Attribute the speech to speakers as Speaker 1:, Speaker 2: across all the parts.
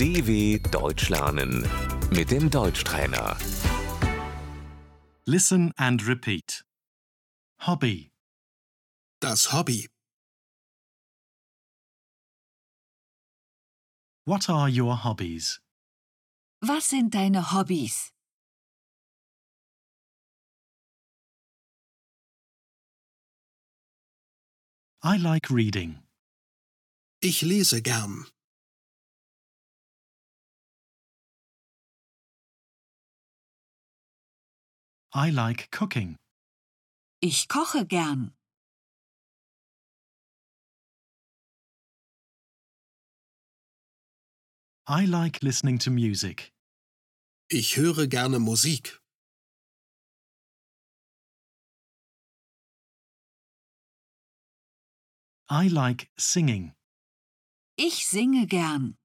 Speaker 1: DW Deutsch lernen mit dem Deutschtrainer.
Speaker 2: Listen and repeat. Hobby.
Speaker 3: Das Hobby.
Speaker 2: What are your hobbies?
Speaker 4: Was sind deine Hobbys?
Speaker 2: I like reading.
Speaker 3: Ich lese gern.
Speaker 2: I like cooking.
Speaker 4: Ich koche gern.
Speaker 2: I like listening to music.
Speaker 3: Ich höre gerne Musik.
Speaker 2: I like singing.
Speaker 4: Ich singe gern.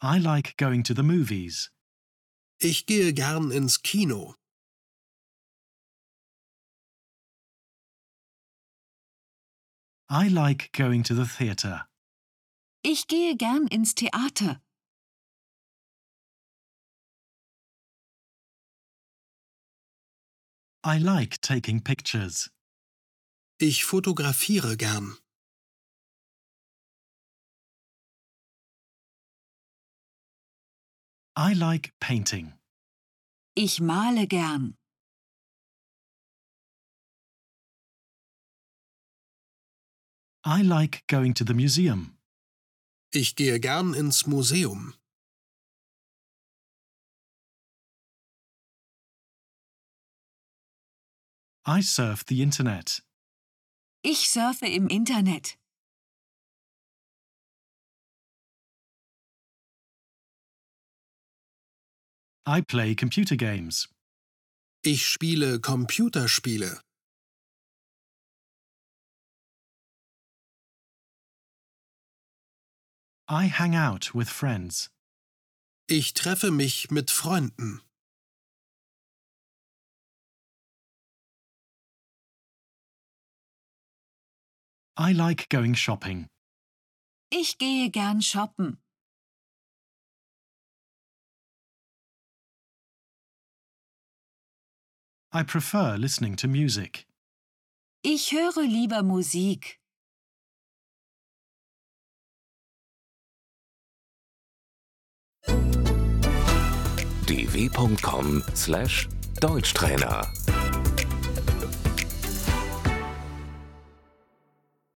Speaker 2: I like going to the movies.
Speaker 3: Ich gehe gern ins Kino.
Speaker 2: I like going to the theatre.
Speaker 4: Ich gehe gern ins Theater.
Speaker 2: I like taking pictures.
Speaker 3: Ich fotografiere gern.
Speaker 2: I like painting.
Speaker 4: Ich male gern.
Speaker 2: I like going to the museum.
Speaker 3: Ich gehe gern ins Museum.
Speaker 2: I surf the internet.
Speaker 4: Ich surfe im Internet.
Speaker 2: I play computer games.
Speaker 3: Ich spiele Computerspiele.
Speaker 2: I hang out with friends.
Speaker 3: Ich treffe mich mit Freunden.
Speaker 2: I like going shopping.
Speaker 4: Ich gehe gern shoppen.
Speaker 2: I prefer listening to music.
Speaker 4: Ich höre lieber Musik.
Speaker 1: dw.com/deutschtrainer